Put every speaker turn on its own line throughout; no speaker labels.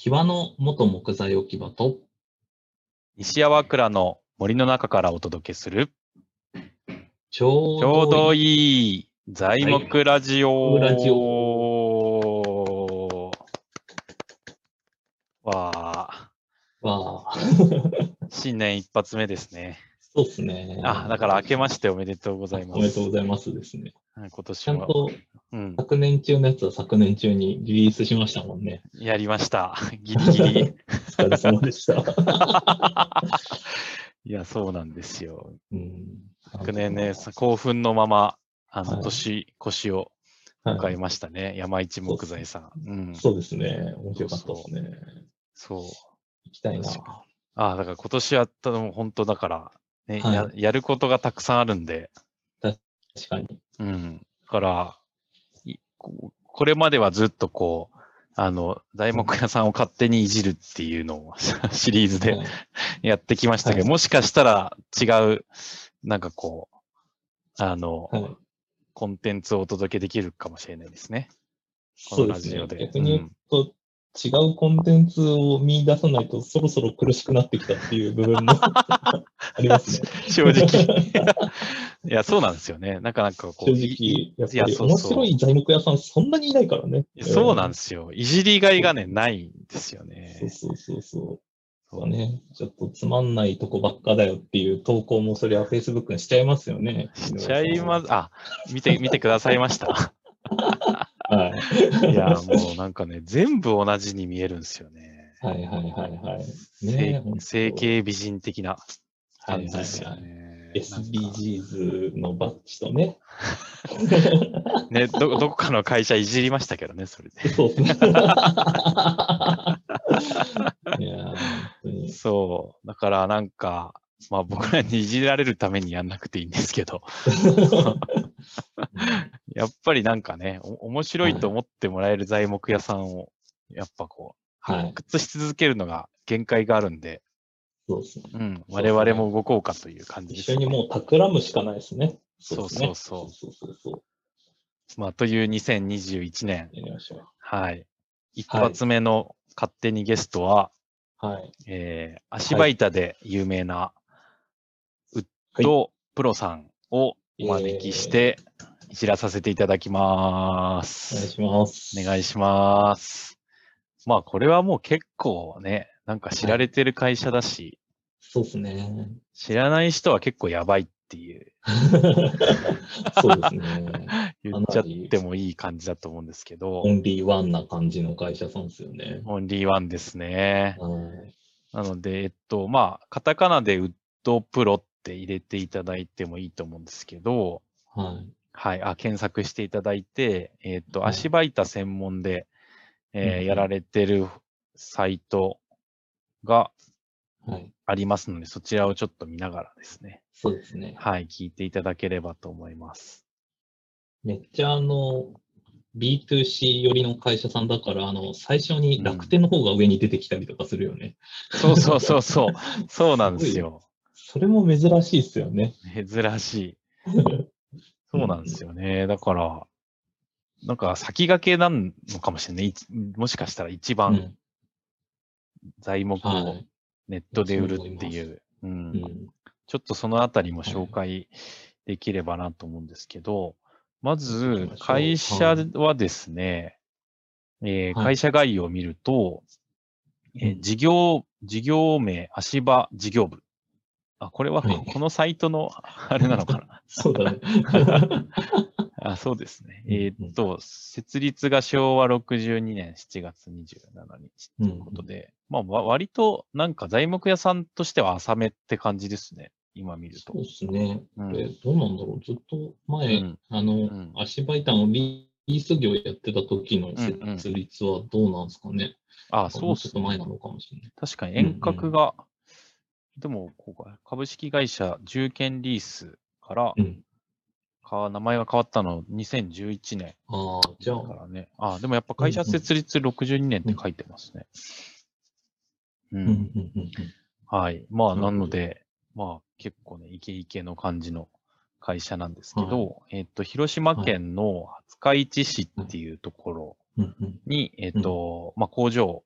木場の元木材置き場と、
西粟倉の森の中からお届けする、
ちょ
ちょ
うど
うど
いい
いい材木ラジオ。
材木ラジ
わあ、
わあ、
新年一発目ですね。
そうですね。
あ、だから明けましておめでとうございます。
おめでとうございますですね。
うん今
ち
年
ゃん
も、
と
うん、
昨年中のやつは昨年中にリリースしましたもんね。
やりました。ギリギリ。
お疲れ様でした。
いや、そうなんですよ。
うん、
昨年ね、興奮のまま、あの、
はい
年越しを
は
迎え
い、
ましたね。山一木材さん。うん。
そうですね。面白かったですね。
そう。
行きたいな。
確かああ、だから今年やったのも本当だから、ね
はい
や、やることがたくさんあるんで、
確かに。
うん。だから、いここれまではずっとこう、あの、材木屋さんを勝手にいじるっていうのを シリーズで
はい
やってきましたけど、
はい
もしかしたら違う、なんかこう、あの、
はい、
コンテンツをお届けできるかもしれないですね。
そ
こ
う
の
で
ラ
す
ジ
ね
オ。で。
逆に言うと、違うコンテンツを見出さないと、そろそろ苦しくなってきたっていう部分も ありますね。
うん 正直。いや、そうなんですよね。なかなかこう、
正
い
直、やっ
いや
ぱり
そう
面
そう
白い材木屋さんそんなにいないからね。
そうなん
で
ですよ。いじりがいがね、ないんですよね。
そうそうそうそう。そうね、ちょっとつまんないとこばっかだよっていう投稿もそれは Facebook にしちゃいますよね。。
しちゃいますす。あ、見て、見てくださいま した。
はい
や、もうなんかね、全部同じに見えるんですよね。
い。はいはいはいはい。
整
ね本当
整形美人的な
はい
感じ
は
です
い
よ
はい。
ね。なんか
SDGs のバッジとね。
ね、ど、どこかの会社いじりましたけどね、それで。
そう ですね。いやー、本当に。
そう。だからなんか、まあ僕らにいじられるためにやんなくていいんですけど、 やっぱりなんかね、お面白いと思ってもらえる材木屋さんを、やっぱこう、
はい。
発掘し続けるのが限界があるんで、
そうですね。
うん、我々も動こうかという感じです
一緒に
ね、
もう企むしかないですね。
そう
ですね
そうそう
そうそうそう。
まあ、という2021年、
やりましょう。
はい。一発目の勝手にゲストは、
はい。
えー足場板で有名な、ウッドプロさんをお招きして、いじらさせていただきま
お願い
す。
します。
お願いします。まあ、これはもう結構ね、なんか知られてる会社だし、
そうですね。
知らない人は結構やばいっていう
そうですね。
言っちゃってもいい感じだと思うんですけど
オ、ンリーワンな感じの会社さんですよね。
オンリーワンですね。
はい
なので、えっと、まあ、カタカナでウッドプロって入れていただいてもいいと思うんですけど、
はい。
はい、あ、検索していただいて、えっと、
はい
足場板専門で、え
う
ー
ん
やられてるサイトが
はい。
ありますので、そちらをちょっと見ながらですね、
そうですね。
はい、聞いていただければと思い ます。
めっちゃあの、B2C 寄りの会社さんだから、あの、最初に楽天の方が上に出てきたりとかするよね。
そうそうそうそう、そうなんですよ。
それも珍しいですよね。
珍しい。 そうなんですよね。だから、なんか先駆けなのかもしれない。いちもしかしたら一
う
番
ん
材木
は
を
い。
ネットで売るってい、
そう
う、
うんん
ちょっとそのあたりも紹介できればなと思うんですけど、ま
行
ず
きましょう
会社はですね、えー
はい
会社概要を見ると、えー
うん
事業、事業名、足場事業部。あ、これはこ
はい
このサイトの、あれなのかな
そうだ ね。
あそうですね。
うん
えーっと、設立が昭和62年7月27日 ということで、まあ、わ割となんか材木屋さんとしては浅めって感じですね。今見ると
そう。ですね。
う
こ
ん
れどうなんだろう。ずっと
う
前、
ん
あ
ん
の、足場板をリース業やってた時の
うんうん
設立はどうなんですかね。
あ、そう
も
っ
ちょっ
す
と前
ね
な。のかもしれない。
確かに遠隔が、でもこうか、株式会社重建リースから
うん。
か、名前が変わったの2011年
ああ、じゃ
だ
あ、
からね。あ、でもやっぱ会社設立62年って書いてますね。う
うんんうんうんうん。
はい。まあ、
な
な
るほど
ので、まあ、結構ね、イケイケの感じの会社なんですけど、えっと、広島県の廿日市市っていうところ
うんうん
に、えっと、まあ、工場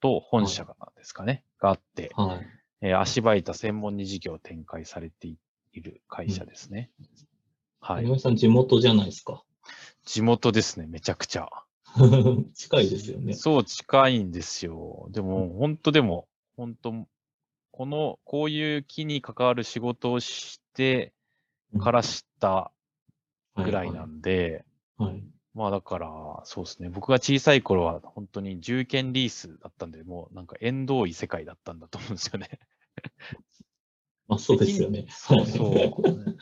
と本社がですかね、があって、
はい。
えー足場板専門に事業を展開されている会社ですね。は
井
い。
上さん、地元じゃないですか。
地元ですね、めちゃくちゃ。
近いですよね。
そう、近いんですよ。でも、本当でも、本当この、こういう木に関わる仕事をしてから知ったぐらいなんで、
はい。はい。
まあだから、そうですね。僕が小さい頃は、本当に住建リースだったんで、もうなんか縁遠い世界だったんだと思うんですよね。
まあ、そうですよね。
そう そう。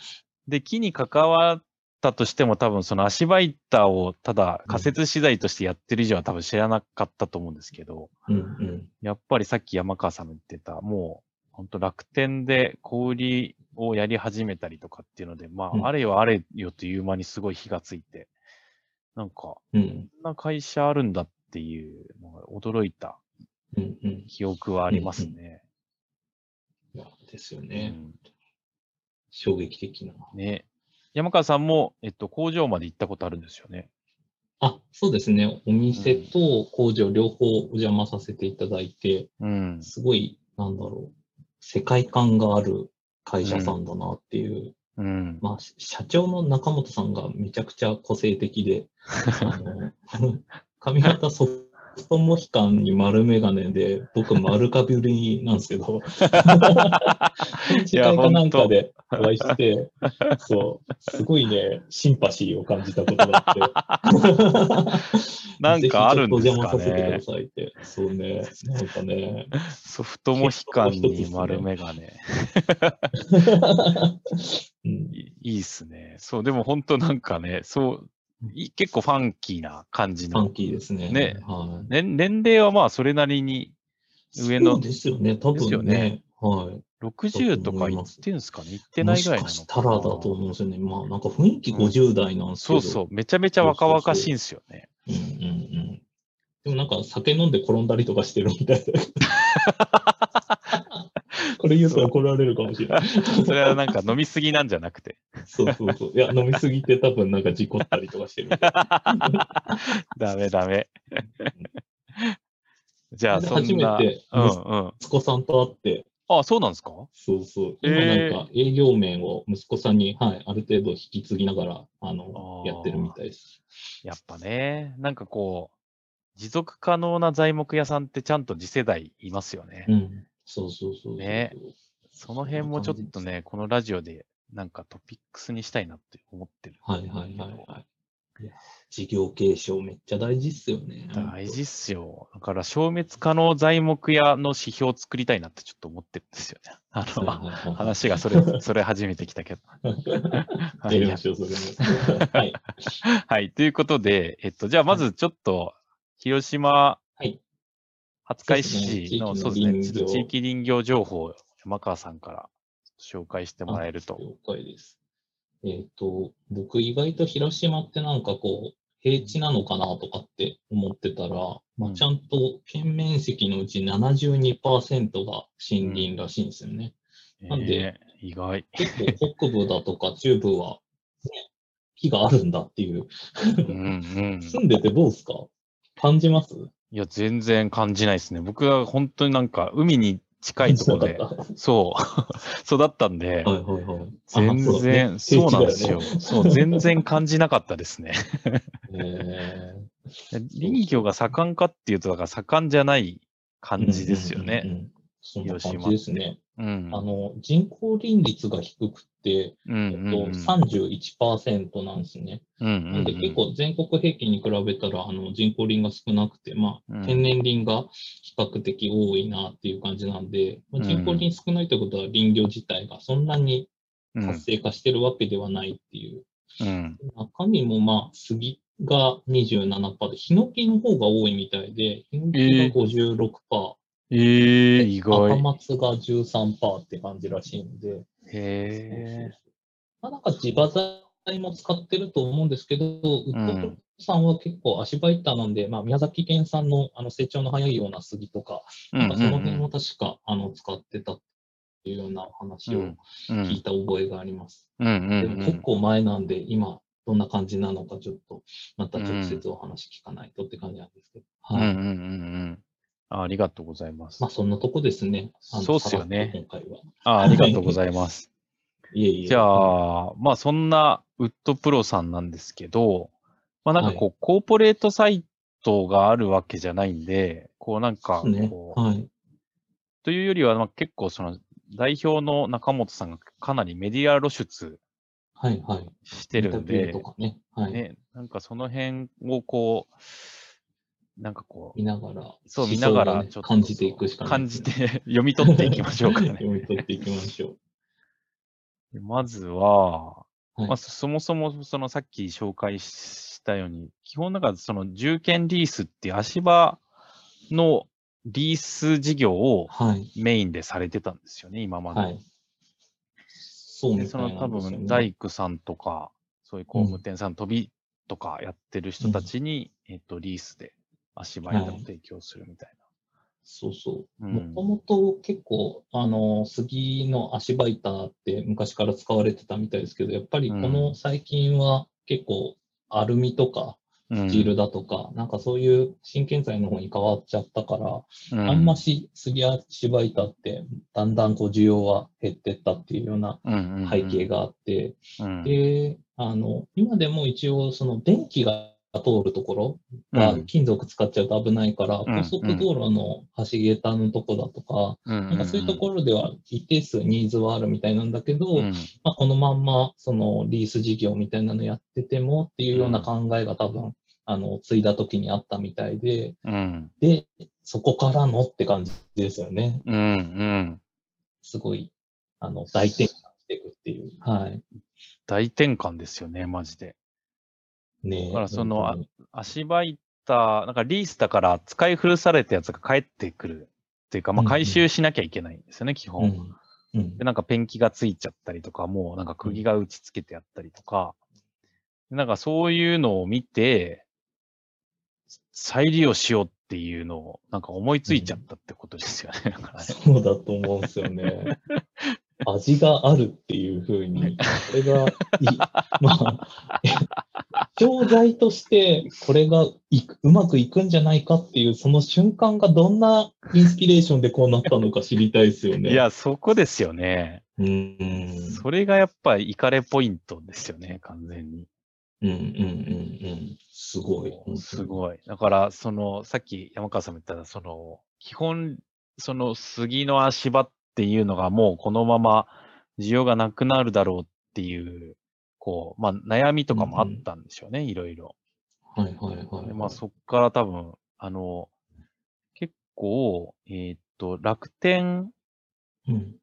で、木に関わったとしても多分その足場板をただ仮設資材としてやってる以上は多分知らなかったと思うんですけど、
うんうん。
やっぱりさっき山川さんも言ってた、もう本当楽天で小売りをやり始めたりとかっていうので、ま
うん
あ、あれよあれよという間にすごい火がついて、なんか、こ
うん
んな会社あるんだっていうのが驚いた
うんうん。
記憶はありますね。
いやですよ
う
ね。
ん
衝撃的な。
ね。山川さんも、えっと、工場まで行ったことあるんですよね。
あ、そうですね。お店と工場両方お邪魔させていただいて、
うん。
すごい、なんだろう、世界観がある会社さんだなっていう。
うん。
まあ、し社長の中本さんがめちゃくちゃ個性的 で、あの 髪型ソフトモヒカンに丸眼鏡で、僕丸かぶりなんですけど、時間かなんかでお会いして、そう、すごいね、シンパシーを感じたことがあって。
なんかあるん
ぜひちょっと
ですか
お邪魔さ
ね
せてくだ。さいって。そうね、なんかね。
ソフトモヒカンに丸眼鏡。
うん
い いいっすね。そう、でも本当なんかね、そう、い結構ファンキーな感じ
ファ
の
ン。キーですね。
ね
はい
年年齢はまあそれなりに上の
そうですよね、多
ですよ
分
ね
ね。はい。
60
そ
とか
う思い
言
ま
っ
す
てんすかね言ってないぐらい
も
なのかな
しかしたらだと思うんですよね。まあなんか雰囲気50代なんですけ
そ
ど。
うそう、めちゃめちゃ若々しいんすよ ね。
うんうんうん。でもなんか酒飲んで転んだりとかしてるみ たいで。これ言うと怒られるかもしれない。
それはなんか飲みすぎなんじゃなくて。
そうそうそう。いや、飲みすぎて多分なんか事故ったりとかしてるみたい。
ダメダメ。 じゃあ
で
そん
初め
な。
て
うんうん。
息子さんと会って、
あ、そうなんですか
そうそう。今
え
な
ー
んか営業面を息子さんに、はい、ある程度引き継ぎながら、あの、
あー
やってるみたいです。
やっぱね、なんかこう、持続可能な材木屋さんってちゃんと次世代いますよね。
うん。そうそうそうそう。
ねその辺もちょっ
そんな
と
感じ
ね、このラジオでなんかトピックスにしたいなって思ってる。
はいはいはいはい。いや事業継承めっちゃ大事っすよね。
大事っすよ。だから消滅可能材木屋の指標を作りたいなってちょっと思ってるんですよね。あ
はい
の、
はいはい
話がそれ、それ始めてき たけど。
や
はい
りましょう、それも。 はい。
はい。ということで、えっと、じゃあまずちょっと、広島、
はい
廿日市の、
そ
そうう
で
ですす
ね
ね、
地域の林業
ちょっと地域林業情報を山川さんから紹介してもらえると。
了解です。えっ、と、僕意外と広島ってなんかこう、平地なのかなとかって思ってたら、ま
う
あ、
ん
ちゃんと県面積のうち72%が森林らしいんですよね。なんで
えー意外。
結構北部だとか中部は、ね木があるんだっていう。
うんうん。
住んでてどうですか感じます
いや、全然感じないですね。僕は本当になんか、海に近いところ で
な、かった
そう、 育ったん
は
で、
いはいはい。
全然、
あ
そうなんです。
だ
よ。そう、全然感じなかったですね。
平地だよね
林業が盛んかっていうと、だから盛んじゃない感じですよ
うんう
ね。
んうん。そんな感じですね。
うん。
あの、人口林率が低くて、
うん
え
う
っと、
んうん
31%なんですね。
うんうんう
なん
ん
で結構全国平均に比べたら、あの、人口林が少なくて、ま
う
あ、
ん
天然林が比較的多いなっていう感じなんで、まあ
うん
人口林少ないということは林業自体がそんなに
うん
活性化してるわけではないっていう
うん
中身もまあ、杉が27%で、ヒノキの方が多いみたいで、ヒノキが56%、
ええ意
赤
外。
松が13%って感じらしいので、
へえ。
まあ、なんか地場材も使ってると思うんですけど、ウッドブロックさんは結構足場板なんで、まあ、宮崎県産のあの成長の早いような杉とか、
うん
なんか
う
その辺
ん
も確かあの使ってたっていうような話を
うん
聞いた覚えがあります。
うんうんう
でも結
ん
構前なんで、今、どんな感じなのか、ちょっと、また直接お話聞かないとって感じなんですけど。
うんうんう
はい。
んうんあありがとうございます。
まあ、そんなとこですね。あの
そうっすよね
さらっと今回は。
あありがとうございます。
いえいえ。
じゃあ、まあそんなウッドプロさんなんですけど、まあなんかこう、コーポレートサイトがあるわけじゃないんで、こうなんか
そうね。
こう、
はい。
というよりは、まあ、結構その代表の中本さんがかなりメディア露出
はい、はい。
してるん
インタビュー
で
と、かね。はい。
ね、なんかその辺をこう、なんかこう、
見ながら、
そう
思
見
想
な
を
がら
ね
ちょっと
感じていくしかない
感
で
じ
す
て
ね、
読み取っていきましょうか
読み
ね。
取っていきまし ょ
まずは、
はい
まあ、そそもそもそのさっき紹介したように、基本なんかその住建リースっていう足場のリース事業
う。
を
はい。
メインでされてたんですよね、今まで。
はい。そう
で
み
そ
たい
の
な
多
んですよね
分、大工さんとか、そういう工務店さん、飛びとかやってる人たちに、えっと、リースで足場板を
はい
提供するみたい
そうそう。
う
も
ん
ともと結構、あの、杉の足場板って昔から使われてたみたいですけど、やっぱりこの最近は結構、アルミとか、
な。
スチールだとか、なんかそういう新建材の方に変わっちゃったから、あんまし杉足場板って、だんだんこう需要は減ってったっていうような背景
が
があって、
うん
で、あの、今でも一応、その電気が通るところ
う
が
ん
金属使っちゃうと危ないから、
ん
高速道路の橋桁のとこだとか、なんかそういうところでは一定数ニーズはあるみたいなんだけど、
うん
まあ、このまんま、そのリース事業みたいなのやっててもっていうような考えが多分、あの、継いだ時にあったみたいで、
うん
で、そこからのって感じですよね。
うんうん
すごい、あの、大転換していくっていう。はい。
大転換ですよね、マジで。
ねえ
だからその
本当に
足場板、なんかリースだから使い古されたやつが帰ってくるっていうか、まあ、
うんうん
回収しなきゃいけないんですよね、基本。
うん。うん
で、なんかペンキがついちゃったりとか、もうなんか釘が打ち付けてあったりとか、なんかそういうのを見て、再利用しようっていうのを、なんか思いついちゃったってことですよね。だから ね
そうだと思うんですよ ね。味があるっていうふうに、これがい い、まあ、教材としてこれがいくうまくいくんじゃないかっていう、その瞬間がどんなインスピレーションでこうなったのか知りたいですよね。
い、や、そこですよね。
うん、うん、
それがやっぱイカレポイントですよね、完全に。
うん、うん、うん、すごい。
すごい。だから、その、さっき山川さんも言ったら、その、基本、その杉の足場っていうのがもうこのまま需要がなくなるだろうっていう、こう、まあ悩みとかもあったんでしょうね、いろいろ。
い。はい、はい、はい。
でまあそっから多分、あの、結構、えーっと、楽天、
うん、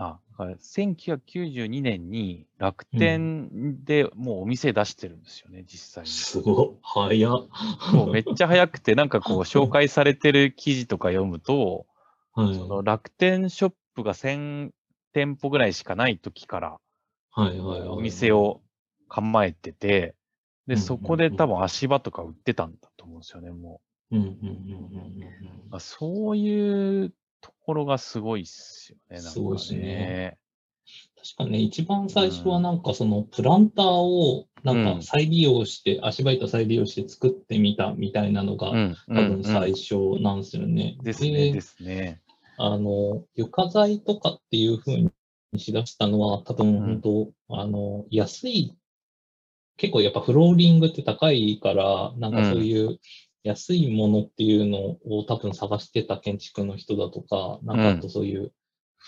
あ、だから1992年に楽天でもうお店出してるんですよね、実際に。
すごい。早っ。
そう、めっちゃ早くて、なんかこう、紹介されてる記事とか読むと、
はい
その楽天ショップが1000店舗ぐらいしかない時から、
はい、はい、はい。
お店。を構えてて、
うんうんう
で、
ん
そこで多分足場とか売ってたんだと思うんですよね、も
うん、うん、うん、うんうん。
う。そういうところがすごいっすよね、なんか、ね。
すごいっすね。確かね、一番最初はなんかそのプランターをなん
うん
か再利用して、足場板再利用して作ってみたみたいなのが、
うん、う
多分
ん、
最
う
初なんですよね。
ん。ですね、ですね。
あの、床材とかっていう風にしだしたのは、多分
う
本
ん
当、あの、安い、結構やっぱフローリングって高いから、なんかそういう安いものっていうのを多分探してた建築の人だとか、なんかあとそういう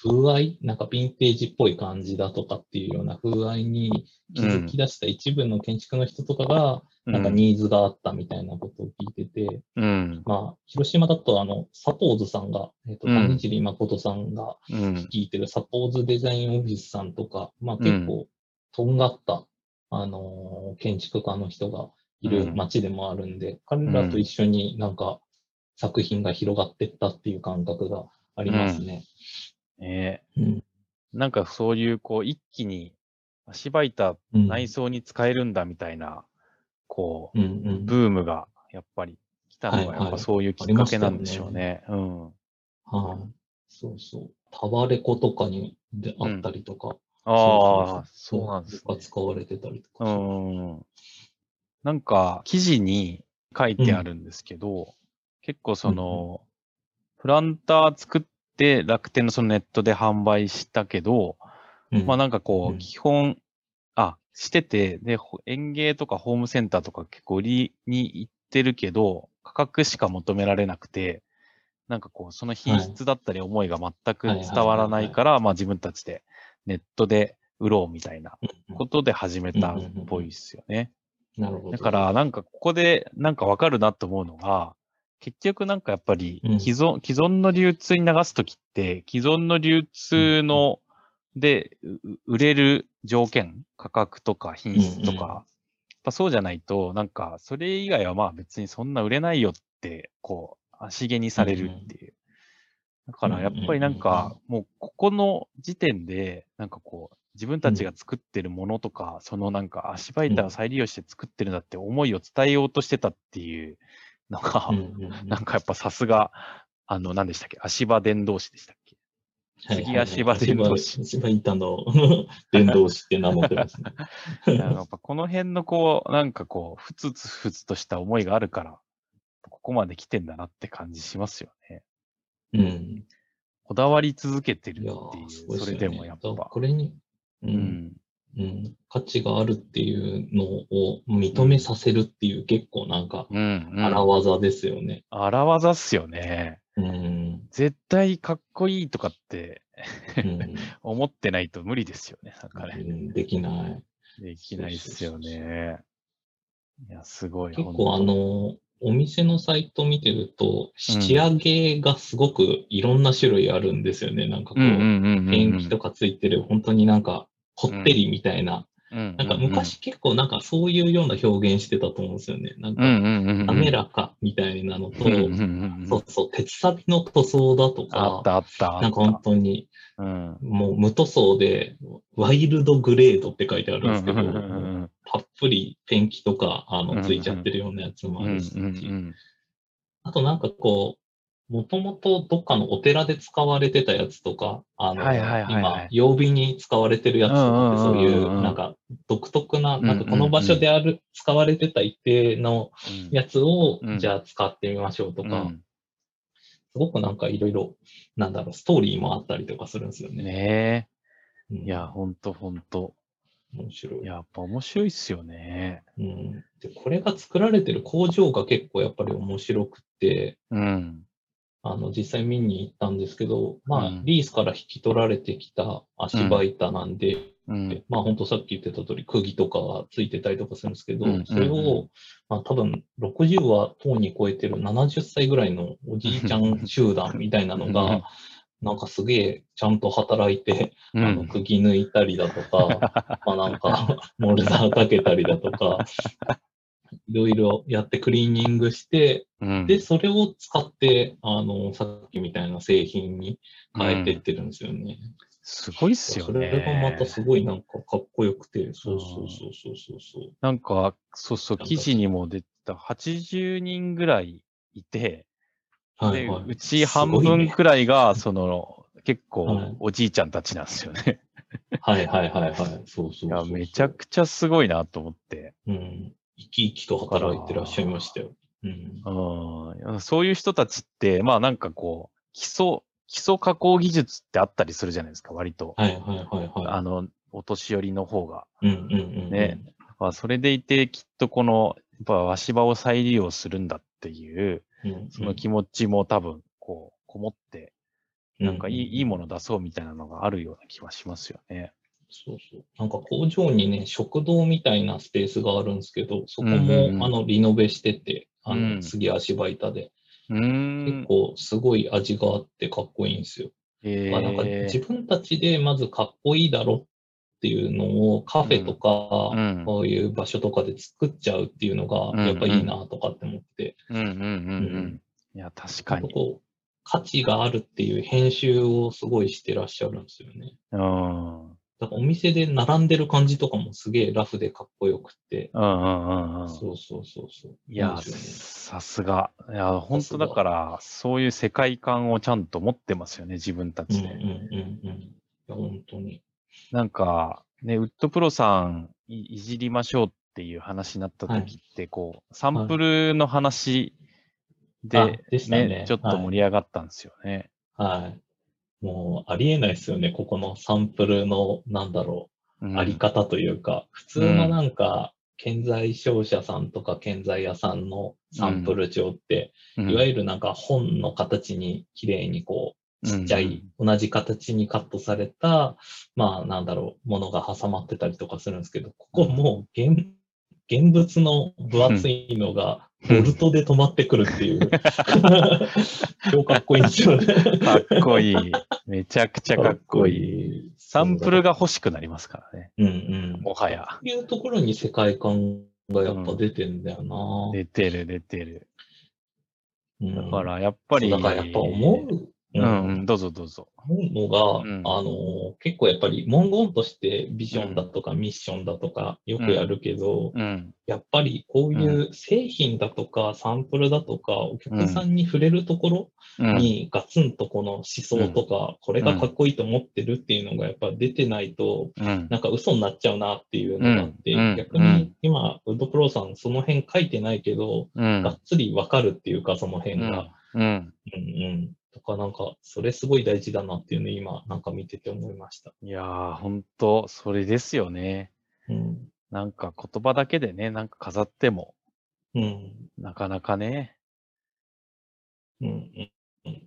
風合い、なんかヴィンテージっぽい感じだとかっていうような風合いに気づき出した一部の建築の人とかが、なんか
うん
ニーズがあったみたいなことを聞いてて、
うん、
まあ、広島だと、あの、サポーズさんが、えっ、と、
うん
谷尻誠さんが
うん、
聞いてるサポーズデザインオフィスさんとか、まあ結構、とんがった、あのー建築家の人がいる街でもあるんで、彼らと一緒になんか、作品が広がってったっていう感覚がありますね。
ね
うん。
なんかそういう、こう、一気に足場板
うん。
内装に使えるんだみたいな、こ
うんう
う、
ん。
ブームがやっぱり来たの
は
が
い
やっ
は
ぱ
い
そういうき
あ
っ
り
か
まし
け
た
な
よ
んでしょうね。うん。
はい。そうそう。タワレコとかにであったりとか。
ああ、そうなんです
が
ね。
使われてたりと
う
か。
ん。なんか記事に書いてあるんですけど、結構その、プランター作って楽天のそのネットで販売したけど、
うん
まあなんかこ
う
う、
ん
基本、あ、してて、で、ほ園芸とかホームセンターとか結構売りに行ってるけど、価格しか求められなくて、なんかこう、その品質だったり思いが全く伝わらないから、まあ自分たちでネットで売ろうみたいなことで始めたっぽいですよね。
なるほど。
だから、なんかここでなんかわかるなと思うのが、結局なんかやっぱり
うん
既存、既存の流通に流すときって、既存の流通の、で、う売れる条件、価格とか品質
うん
とか、
うん
やっぱそうじゃないと、なんかそれ以外はまあ別にそんな売れないよって、こう、足毛にされるっていう。だからやっぱりなんか、もうここの時点で、なんかこう、自分たちが作ってるものとか、そのなんか足場板を再利用して作ってるんだって思いを伝えようとしてたっていうのが、
うんうんうん、
なんかやっぱさすが、あの、何でしたっけ足場伝道師でしたっけ
はいはい
次
はい
足場伝道師。
足場板 の伝道師って名乗ってますね。
なんかやっぱこの辺のこう、なんかこう、ふつつふつとした思いがあるから、ここまで来てんだなって感じしますよね。
うん。
こだわり続けてるっ
いや
てい
ー、すご
う、
い
そ
す
れ
よ
で
ね
もやっ
だから
ぱ。
これに、う
うんん。
うん、価値があるっていうのを認めさせるっていう結構なんか
うん、うん。
荒技ですよね。
荒技っすよね。
うん。 うん
絶対かっこいいとかって
うん
思ってないと無理ですよね。なんかね。
できない。
できないっすよ
そうそう
ね。いや、すごい。
結構
ほ
あ
んと、
の、お店のサイト見てると、仕上げがすごくいろんな種類あるんですよね。なんかこ
う
う、
んうんうんうん。
ペンキとかついてる、本当になんか、こってりみたいな。
うん、
なんか昔結構なんかそういうような表現してたと思うんですよね。なん
うん
か、
うんうんうん。
滑らかみたいなのと、
うんうんうんうん
そうそう、鉄サビの塗装だとか
あっ、たあったあった。
なんか本当に、
うん。
もう無塗装で、ワイルドグレードって書いてあるんですけど、
うんうんうんうん
たっぷりペンキとか、あ
うんう
の、
ん
ついちゃってるようなやつもあるし、
うんうんうん
あとなんかこう、もともとどっかのお寺で使われてたやつとか、あの、
はいはいはいはい
今、曜日に使われてるやつとかって、
うん
そううん
うんうん
い
うん
う、なんか、独特な、なんかこ
うんうんう
の
ん
場所である、使われてた一定の
うん
やつを
うん、
じゃあ使ってみましょうと
う
か、
ん
すごくなんかいろいろ、なんだろう、ストーリーもあったりとかするんですよね。
ね
うん
え。いや、、ほんとほんと。
面白い
い。ややっぱ面白いっすよね。
うん、でこれが作られてる工場が結構やっぱり面白くって、
うん。
あの、実際見に行ったんですけど、まあ、
うん
リースから引き取られてきた足場板なんで、
うん。
まあ、本当さっき言ってた通り、釘とかがついてたりとかするんですけど、
うん
それ
うんう
を、まあ、多分、60はとうに超えてる70歳ぐらいのおじいちゃん集団みたいなの
うん
が、なんかすげえちゃんと働いて、
う
あの、
ん。
釘抜いたりだと か、まあなんか、モルダーかけたりだとか、いろいろやってクリーニングして、
うん
で、それを使って、あの、さっきみたいな製品に変えてってるんですよね。
すごいっすよ
そ
ね。
れがまたすごいなんかかっこよくて、そうそうそうそうそうそう。
なんか、そうそう、
なんか
記事にも出てた、80人ぐらいいて、
はいはい
で、うち半分くらいが、その、結
はい
構、おじいちゃんたちなんですよね。
はいはいはいはい。そうそうそう
いや、めちゃくちゃすごいなと思って。
うん。生き生きと働いてらっしゃいましたよ。うん。
うん。そういう人たちって、まあなんかこう、基礎、基礎加工技術ってあったりするじゃないですか、割と。
はいはいはいは
あの、お年寄りの方が。
い。うんうんうんうん。
ねまあ、それでいて、きっとこの、やっぱ足場を再利用するんだっていう、
うんうん。
その気持ちも多分、こう、こもってなんかいい,、
う
いいもの出そうみたいなのがあるような気はしますよね。
そうそう。なんか工場にね、食堂みたいなスペースがあるんですけど、そこ
うんうんうん
もあのリノベしてて、あ
う
の、
ん
杉足場板で、
うーん
結。構すごい味があってかっこいいんですよ。
え
まあなんか
ー
自分たちでまずかっこいいだろっていうのをカフェと
う
か、
ん。
こういう場所とかで作っちゃうっていうの
うんう
が
ん
やっぱいいなとかって思って、
うんうんうんう
うんん。
いや、確か
なんか
に。
こう価値があるっていう編集をすごいしてらっしゃるんですよね。
うん。うん
だからお店で並んでる感じとかもすげえラフでかっこよくって、
うんうんうん。
そうそうそうそう。
いや、
面白いね
さすが。いや、本当だから、そういう世界観をちゃんと持ってますよね、自分た
うん
ち
う
で。
んうんうん。いや、本当に。
なんか、ね、ウッドプロさんいいじりましょうっていう話になった時って、こう、サンプルの話
あ
で、
でしたね
ね、ちょっと盛り上がったんですよね。
はい。もう、ありえないですよね。ここのサンプルの、なんだろ
う
う、
ん
あり方というか、普通のなんか、建材商社さんとか建材屋さんのサンプル帳って、いわゆるなんか本の形に綺麗にこう、ちっちゃい、同じ形にカットされた、まあなんだろう、ものが挟まってたりとかするんですけど、ここもう現、現物の分厚いのが、
う
ボ
ん
ルトで止まってくるって いう、超かっこいいんですよね。
うんかっこいい。めちゃくちゃかっこいい。
い。
サンプルが欲しくなりますからね。
うんうん。
もはや
こ。ういうところに世界観がやっぱ出てんだよな。
出てる、出てる。
うん
だから、やっぱり。
そうだからやっぱ思う。
う。ん、うん、どうぞどうぞ。
思うのが、
うん
あの、結構やっぱり文言としてビジョンだとかミッションだとかよくやるけど、
うん。
やっぱりこういう製品だとかサンプルだとかお客さんに触れるところ
うん。
にガツンとこの思想とか、これがかっこいいと思ってるっていうのがやっぱ出てないと、
うん。
なんか嘘になっちゃうなっていうのがあって、
うんうん
逆
うん
に今、ウッドプロさんその辺書いてないけど、
うん
がっつりわかるっていうか、その辺が。
うん。
うんうん。とか、なんか、それすごい大事だなっていうね、今、なんか見てて思いました。
いやー、ほんと、それですよね。
うん。
なんか言葉だけでね、なんか飾っても、
うん。
なかなかね。
うんうん。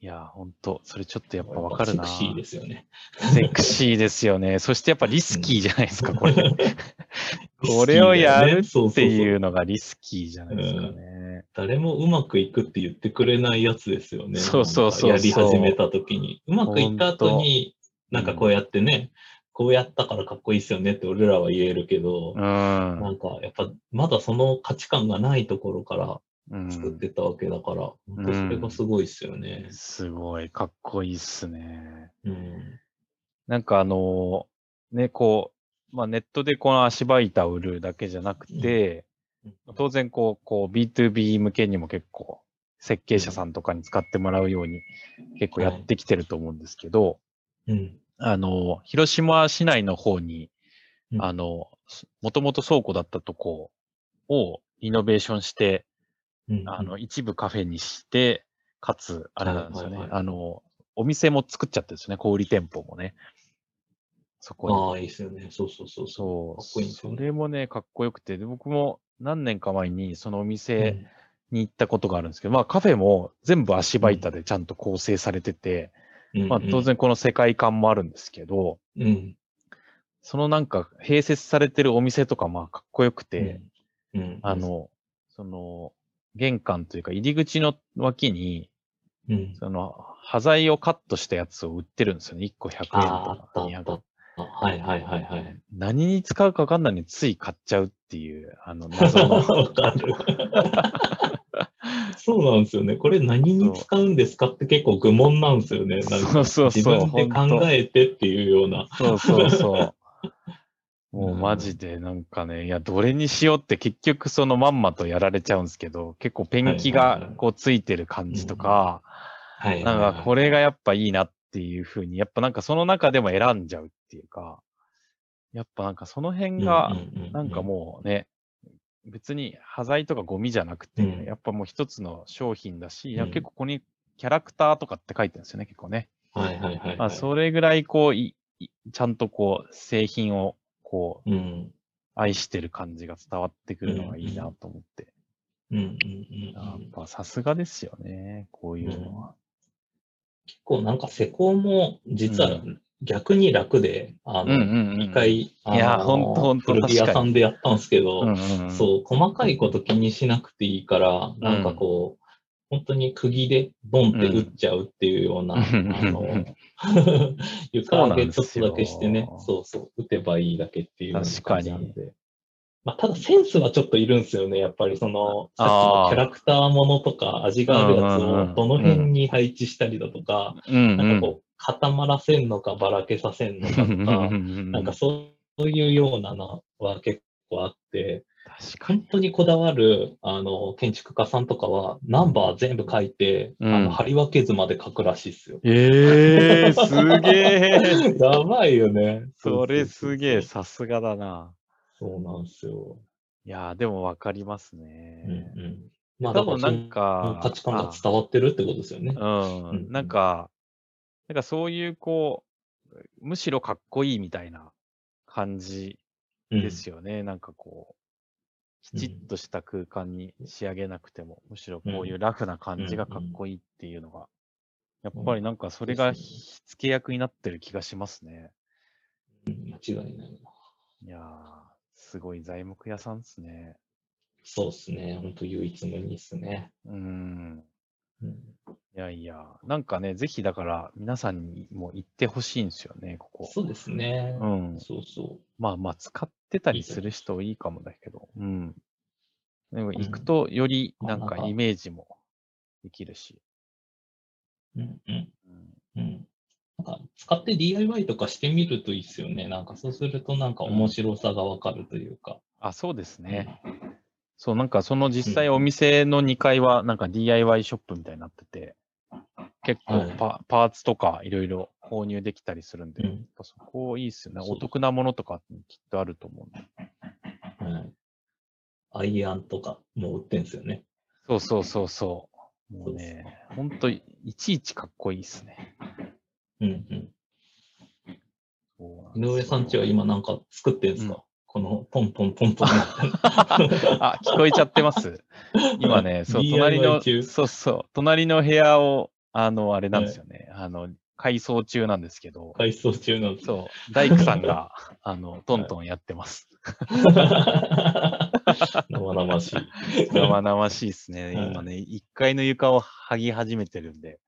いやー、ほんと、それちょっとやっぱわかるな。
セクシーですよね。
セクシーですよね。そしてやっぱリスキーじゃないですか、これ。 こ
こ
れをやる
そう
っ
そ
て
う
い
そう
うのがリスキーじゃないですかね。
誰もうまくいくって言ってくれないやつですよね。
そうそうそうそう
なんかやり始めた時に。うまくいった後に、
ほん
なん
と
かこうやってね、こうやったからかっこいいですよねって俺らは言えるけど、
うん。
なんかやっぱまだその価値観がないところから
うん
作ってたわけだから、
ん
本当それがすごいですよね。
すごい、かっこいいっすね。
うん。
なんかあのーね、こう、まあ、ネットでこの足場板を売るだけじゃなくて、当然こう、こう、B2B 向けにも結構、設計者さんとかに使ってもらうように、結構やってきてると思うんですけど、
うん。
あの、広島市内の方に、
うん
あの、もともと倉庫だったとこをリノベーションして、
うん
あの、一部カフェにして、かつ、あれなんですよね、
はいはいは
あの、お店も作っちゃってるんですよね、小売店舗もね。そこに。
ああ、いいですよね。そうそうそうそう。
そう。
かっこいいんですよ
そ
ね
れもね、かっこよくて、で僕も何年か前にそのお店に行ったことがあるんですけど、まあカフェも全部足場板でちゃんと構成されてて、
うん
まあ当。然この世界観もあるんですけど、
うんうん。
そのなんか併設されてるお店とかまあかっこよくて、
うん、うん
あ、の、その、玄関というか入り口の脇に、
うん。
その、端材をカットしたやつを売ってるんですよね。1個100円と
ああ、あっ
か
たあ
200
ったあった。はいはいはいはい。
何に使うかわかんないのについ買っちゃうっていう、あの、謎の。
わかる。そうなんですよね。これ何に使うんですかって結構愚問なんですよね。なんか
そうそう
自
そう。
分で
ほん
考
と
えてっていうような。
そうそうそう。もうマジでなんかね、いや、どれにしようって結局そのまんまとやられちゃうんですけど、結構ペンキ
はいはい
が
はい
こうついてる感じとか、
はいはいはい、
なんかこれがやっぱいいなっていうふうに、やっぱなんかその中でも選んじゃうっていうか、やっぱなんかその辺が、なんかもうね、別に端材とかゴミじゃなくて、
うん
やっぱもう一つの商品だし、
ん
いや結構ここにキャラクターとかって書いてるんですよね、結構ね。
うん、はいはいはい、はい。
まあそれぐらいこうい、いちゃんとこう、製品をこう、
うん。うん
愛してる感じが伝わってくるのがいいなと思って。
うんうん
や
う
っ
ん。
ぱさすがですよね、こういうのは。
結構なんか施工も実
う
は逆に楽で、あ
うんう
の、
んうん。
一、回、あの
いやほんとほんと
古着屋さんでやったんですけど、
うんうんうん、
そう、細かいこと気にしなくていいから、なんかこう、本当に釘でボンって打っちゃうっていうような、
うん
あ
うん
の、床上げちょっとだけしてね
そ
そうそう、打てばいいだけっていうような
確かに
感じなんで。まあ、ただセンスはちょっといるんですよね、やっぱりその、さっ
あー
きのキャラクターものとか味があるやつ
うんうんうん
をどの辺に配置したりだとか、
うん
なんかこう、固まらせんのかばらけさせんのかとか、
な
なんかそういうようなのは結構あって、
確か
本
に。
当にこだわるあの建築家さんとかは、ナンバー全部書いて、
うん。
あの貼り分け図まで書くらしいですよ
ええす げえ。
やばいよね。
それすげえ、
そう
さすがだな。
そうそうそうなんですよ。
いやー、でもわかります
うん
ね。
うんまあ、
多
だから
分なんか、
価値観が伝わってるってことですよね。
う
うん
ん、なんか、なんかそういうこう、むしろかっこいいみたいな感じ
うん
ですよね。なんかこう、きちっとした空間に仕上げなくても、むしろこういうラフな感じがかっこいいっていうのが、やっぱりなんかそれが
うん
火付け役になってる気がしますね。
間違いないな。
いやー、すごい材木屋さんですね。
そうですね。本当唯一無二ですね。
うん。
うん
いやいや、なんかね、ぜひだから皆さんにも行ってほしいんですよね、ここ。
そうですね。
うん。
そうそ
まあまあ、使ってた
いい
り
と思います
する人いいかもだけど、うん。でも
ん
行くとより
ま
な
あ
ん
な
か
んか
イメージもできるし。
う。うんうんう
うん
ん。なんか使って DIY とかしてみるといいですよね。なんかそうするとなんか面白さがわかるというか。
あ、そうですね。そう、なんかその実際お店の2階はなんか DIY ショップみたいになってて、結構
はい
パ,、パーツとかいろいろ購入できたりするんで、
うん
やっぱそこいいっすよね。
そう
お得なものとかきっとあると思うんで。
はい。アイアンとかも売ってんすよね。
そうそうそうそう。もう
そう
ね、ほんといちいちかっこいいっすね。
うん
そうなん
うん。井
ですよ
上さんちは今なんか作ってんすか、
うん
このポンポンポンポン。
あ、聞こえちゃっ てます。今ね、そう、
DIY
隣の、
中
そうそう、隣の部屋を、あの、あれなんですよね、あの、改装中なんですけど、
改装中なんです。
そう、大工さんが、あの、トントンやってます。
生々しい。
生々しいですね。
はい
今ね、1階の床を剥ぎ始めてるんで、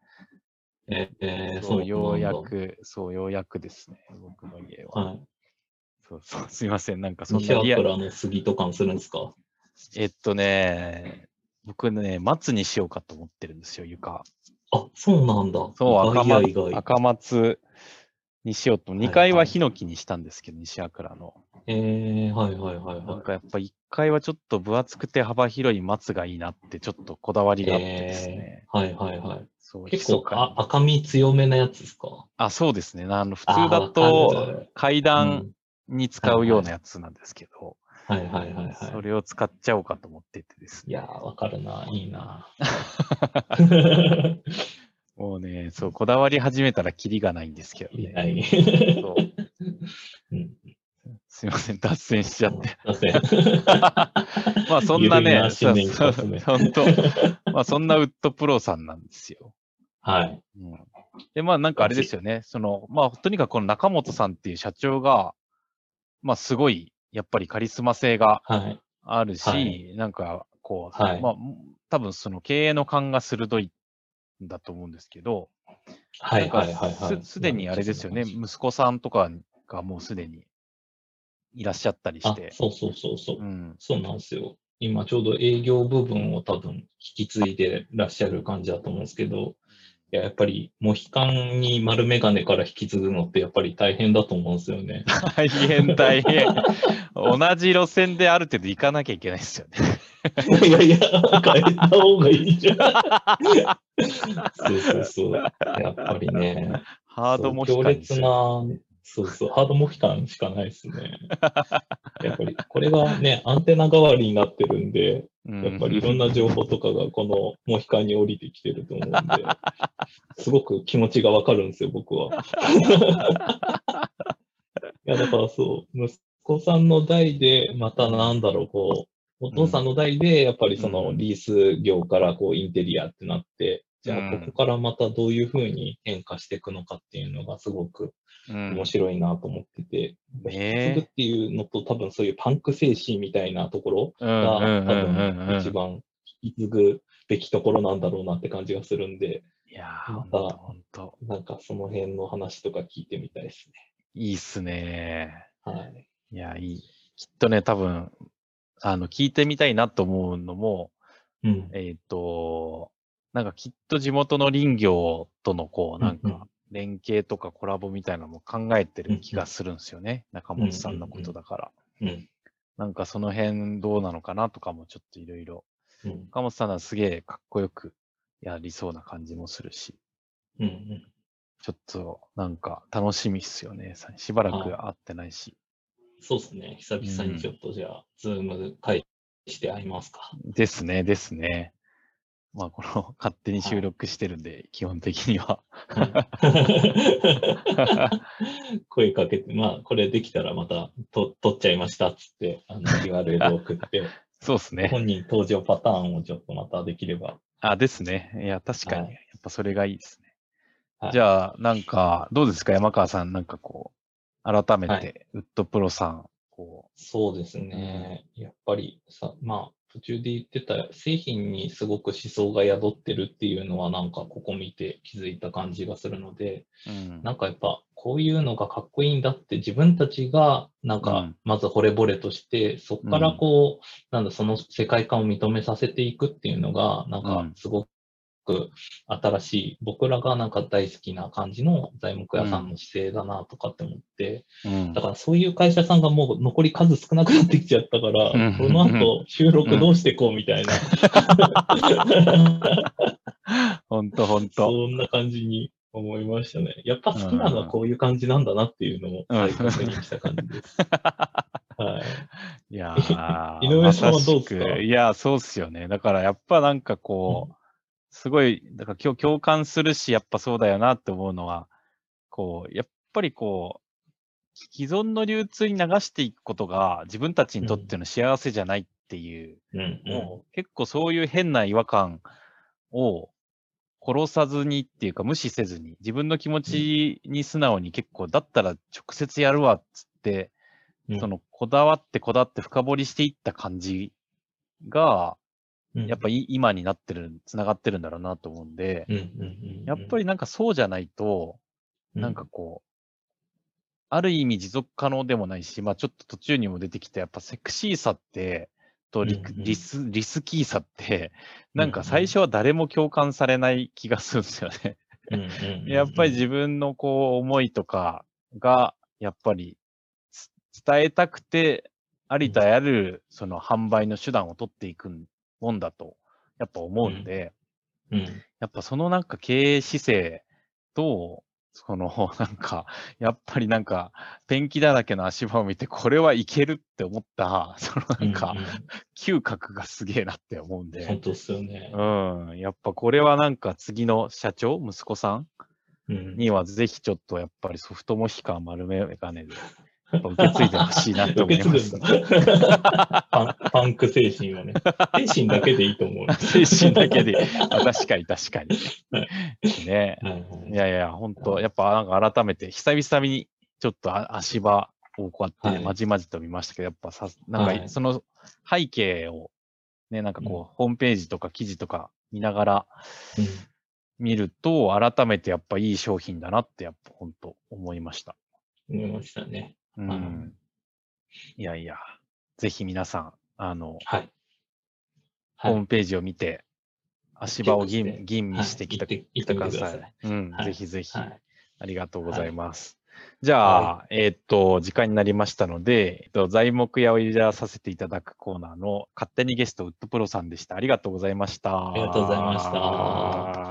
えー、
そうようや
なんだ。
く、そう、ようやくですね、僕の家は。
はい。
そうそう、すいません、なんかそん
西
なリアル。
ラの杉とかにするんですか
えっとね、僕ね、松にしようかと思ってるんですよ、床。
あ、そうなんだ。
そう、赤
意外
松
意外。
赤松にしようと、
い
2階はヒノキにしたんですけど、西倉の。
えー、はいはいはい
なん
は
かやっぱ1階はちょっと分厚くて幅広い松がいいなって、ちょっとこだわり
い。
があってですね。
えーはいはいはい。
そう
結構
密かに
あ赤み強めなやつですか
あ、そうですね。なあの普通
あー
だ
わか
と
る
階
う
段
ん。
に使うようなやつなんですけど、
はいはいはいはい。
それを使っちゃおうかと思っててです
い
ね。
やー、わかるな。いいな。
もうね、そう、こだわり始めたらキリがないんですけど
い
ね。
ない。
そう
うん
すいません、脱線しちゃって。
すいま
まあそんな
緩いな
ね、そ
新
う
年一
そう
発目
本当、まあそんなウッドプロさんなんですよ。
せんはい。
うん、で、まあなんかあれですよね、その、まあとにかくこの中本さんっていう社長が、まあすごい、やっぱりカリスマ性が
はい。
あるし、
はい
なんかこう、
はい
まあ多分その経営の勘が鋭いんだと思うんですけど、
はいはいはい
なんか
はい。
すすでにあれですよね、息子さんとかがもうすでにいらっしゃったりし
あ
て、、
そうそうそうそう。
うん、
そうなんですよ。今ちょうど営業部分を多分引き継いでらっしゃる感じだと思うんですけど、いややっぱりモヒカンに丸メガネから引き継ぐのってやっぱり大変だと思うんですよね。
大変大変。同じ路線である程度行かなきゃいけないですよ ね。
いやいや、変えた方がいいじゃん。そうそうそう。やっぱりね。
ハードも
そう
低
強
いです
烈
よ。
な、そうそう、ハードモヒカンしかないですね。やっぱりこれがね、アンテナ代わりになってるんで、
うん
やっぱりいろんな情報とかがこのモヒカンに降りてきてると思うんで、 すごく気持ちがわかるんですよ、僕は。いや、だからそう、息子さんの代で、またなんだろう、こう、お父さんの代で、やっぱりそうの
ん
リース業からこうインテリアってなって、じゃ
う
あ
ん
ここからまたどういうふうに変化していくのかっていうのがすごく
うん
面白いなと思ってて、継ぐっ
ね
ていうのと多分そういうパンク精神みたいなところ、
え。うん
が多
うんうんうんう
分一
ん。
番引き継ぐべきところなんだろうなって感じがするんで、
いやー、
ま
ほ
た
んとほんと。
なんかその辺の話とか聞いてみたいです
いいっすね。
ね。はい。
いや、いい。きっとね、多分、あの、聞いてみたいなと思うのも、
うん。
えっ、と、なんかきっと地元の林業とのこう、なん
うんう
か連携とかコラボみたいなのも考えてる気がするんですよね。中本さんのことだから。
うん。
なんかその辺どうなのかなとかもちょっといろいろ。
うん。
中本さんはすげえかっこよくやりそうな感じもするし、
うんうん。
ちょっとなんか楽しみっすよね。さしばらく会ってないし。
そうですね。 久々にちょっとじゃあ、ズーム返して会いますか。
ですね、ですね。まあ、この 勝手に収録してるんで、基本的には。
声かけて、まあ、これできたらまたと取っちゃいましたっつって、あの URL を送 って、
そうですね。
本人登場パターンをちょっとまたできれば。
あ、ですね。いや、確かに、
はい
やっぱそれがいいですね。
はい
じゃあ、なんか、どうですか、山川さん、なんかこう、改め
は
て、ウッドプロさん、こ
そうですね。やっぱりさ、まあ、途中で言ってた製品にすごく思想が宿ってるっていうのはなんかここ見て気づいた感じがするので、
う、うん
なんかやっぱこういうのがかっこいいんだって自分たちがなん
う
か
ん
まず惚れ惚れとして、そこからこう、なんだその世界観を認めさせていくっていうのがなん
う
か
ん
すごく新しい、僕らがなんか大好きな感じの材木屋さんの姿勢だなとかって思って、
うん
だからそういう会社さんがもう残り数少なくなってきちゃったから
うん、
この後収録どうしていこうみたいな、
ほんとほんと。
そんな感じに思いましたね。やっぱ好きなのはこういう感じなんだなっていうのを再確認した感じ です。はい。
いや ー
井上さんはどうですか
まさしくいや、そうっすよね。だからやっぱなんかこう、すごい、だから今日共感するし、やっぱそうだよなって思うのは、こう、やっぱりこう、既存の流通に流していくことが自分たちにとっての幸せじゃないっていう、
うんう
もう結構そういう変な違和感を殺さずにっていうか無視せずに、自分の気持ちに素直に結構、だったら直接やるわっつって、
んうん。
そのこだわってこだわって深掘りしていった感じが、
うん、
やっぱい今になってる、つながってるんだろうなと思うんで、
うんうんうん、
やっぱりなんかそうじゃないと、
り
なんか、こう、ある意味持続可能でもないし、まあちょっと途中にも出てきた、やっぱセクシーさって、とリク
うんうん
リスリスキーさって、なんか
うんうん
最初は誰も共感されない気がするんですよね。
うんうんうんうん
やっぱり自分のこう思いとかが、やっぱりつ伝えたくて、ありとあらゆるその販売の手段を取っていくもんだと、やっぱ思うんで、
うん
やっぱそのなんか経営姿勢と、その なんか、やっぱりなんか、ペンキだらけの足場を見て、これはいけるって思った、そのなんか
う、う
嗅覚がすげえなって思うん
本
で、
当っすよね。
うん、やっぱこれはなんか次の社長、息子さん
うん
にはぜひちょっとやっぱりソフトモヒカン丸メガネでやっぱ受け継いでほしいなと思
受け
い
継ぐ
ます
ん。 だ。パンパンク精神をね。精神だけでいいと思う。
精神だけで、あ確かに確 かに。ね
はいはい
いやいや、本当やっぱなんか改めて久々にちょっとあ足場をこうやって
はい
まじまじと見ましたけど、やっぱさ、な
は
んか
い
その背景をね、なんかこうホームページとか記事とか見ながら
うん
見ると、改めてやっぱいい商品だなってやっぱ本当思いました。
思いましたね。
うん
あの
いやいや、ぜひ皆さん、あの、
はい。は
ホー
い。
ムページを見て、足場を
チェックして
吟吟味してきた、
はい行って
きてくだ
行ってみて
さ
くださ
い。うん、
はい
ぜひぜひ、
はい
ありがとうございます。じゃあ、えーっと、時間になりましたので、えっと、材木屋を入れさせていただくコーナーの勝手にゲスト、ウッドプロさんでした。ありがとうございました。
ありがとうございました。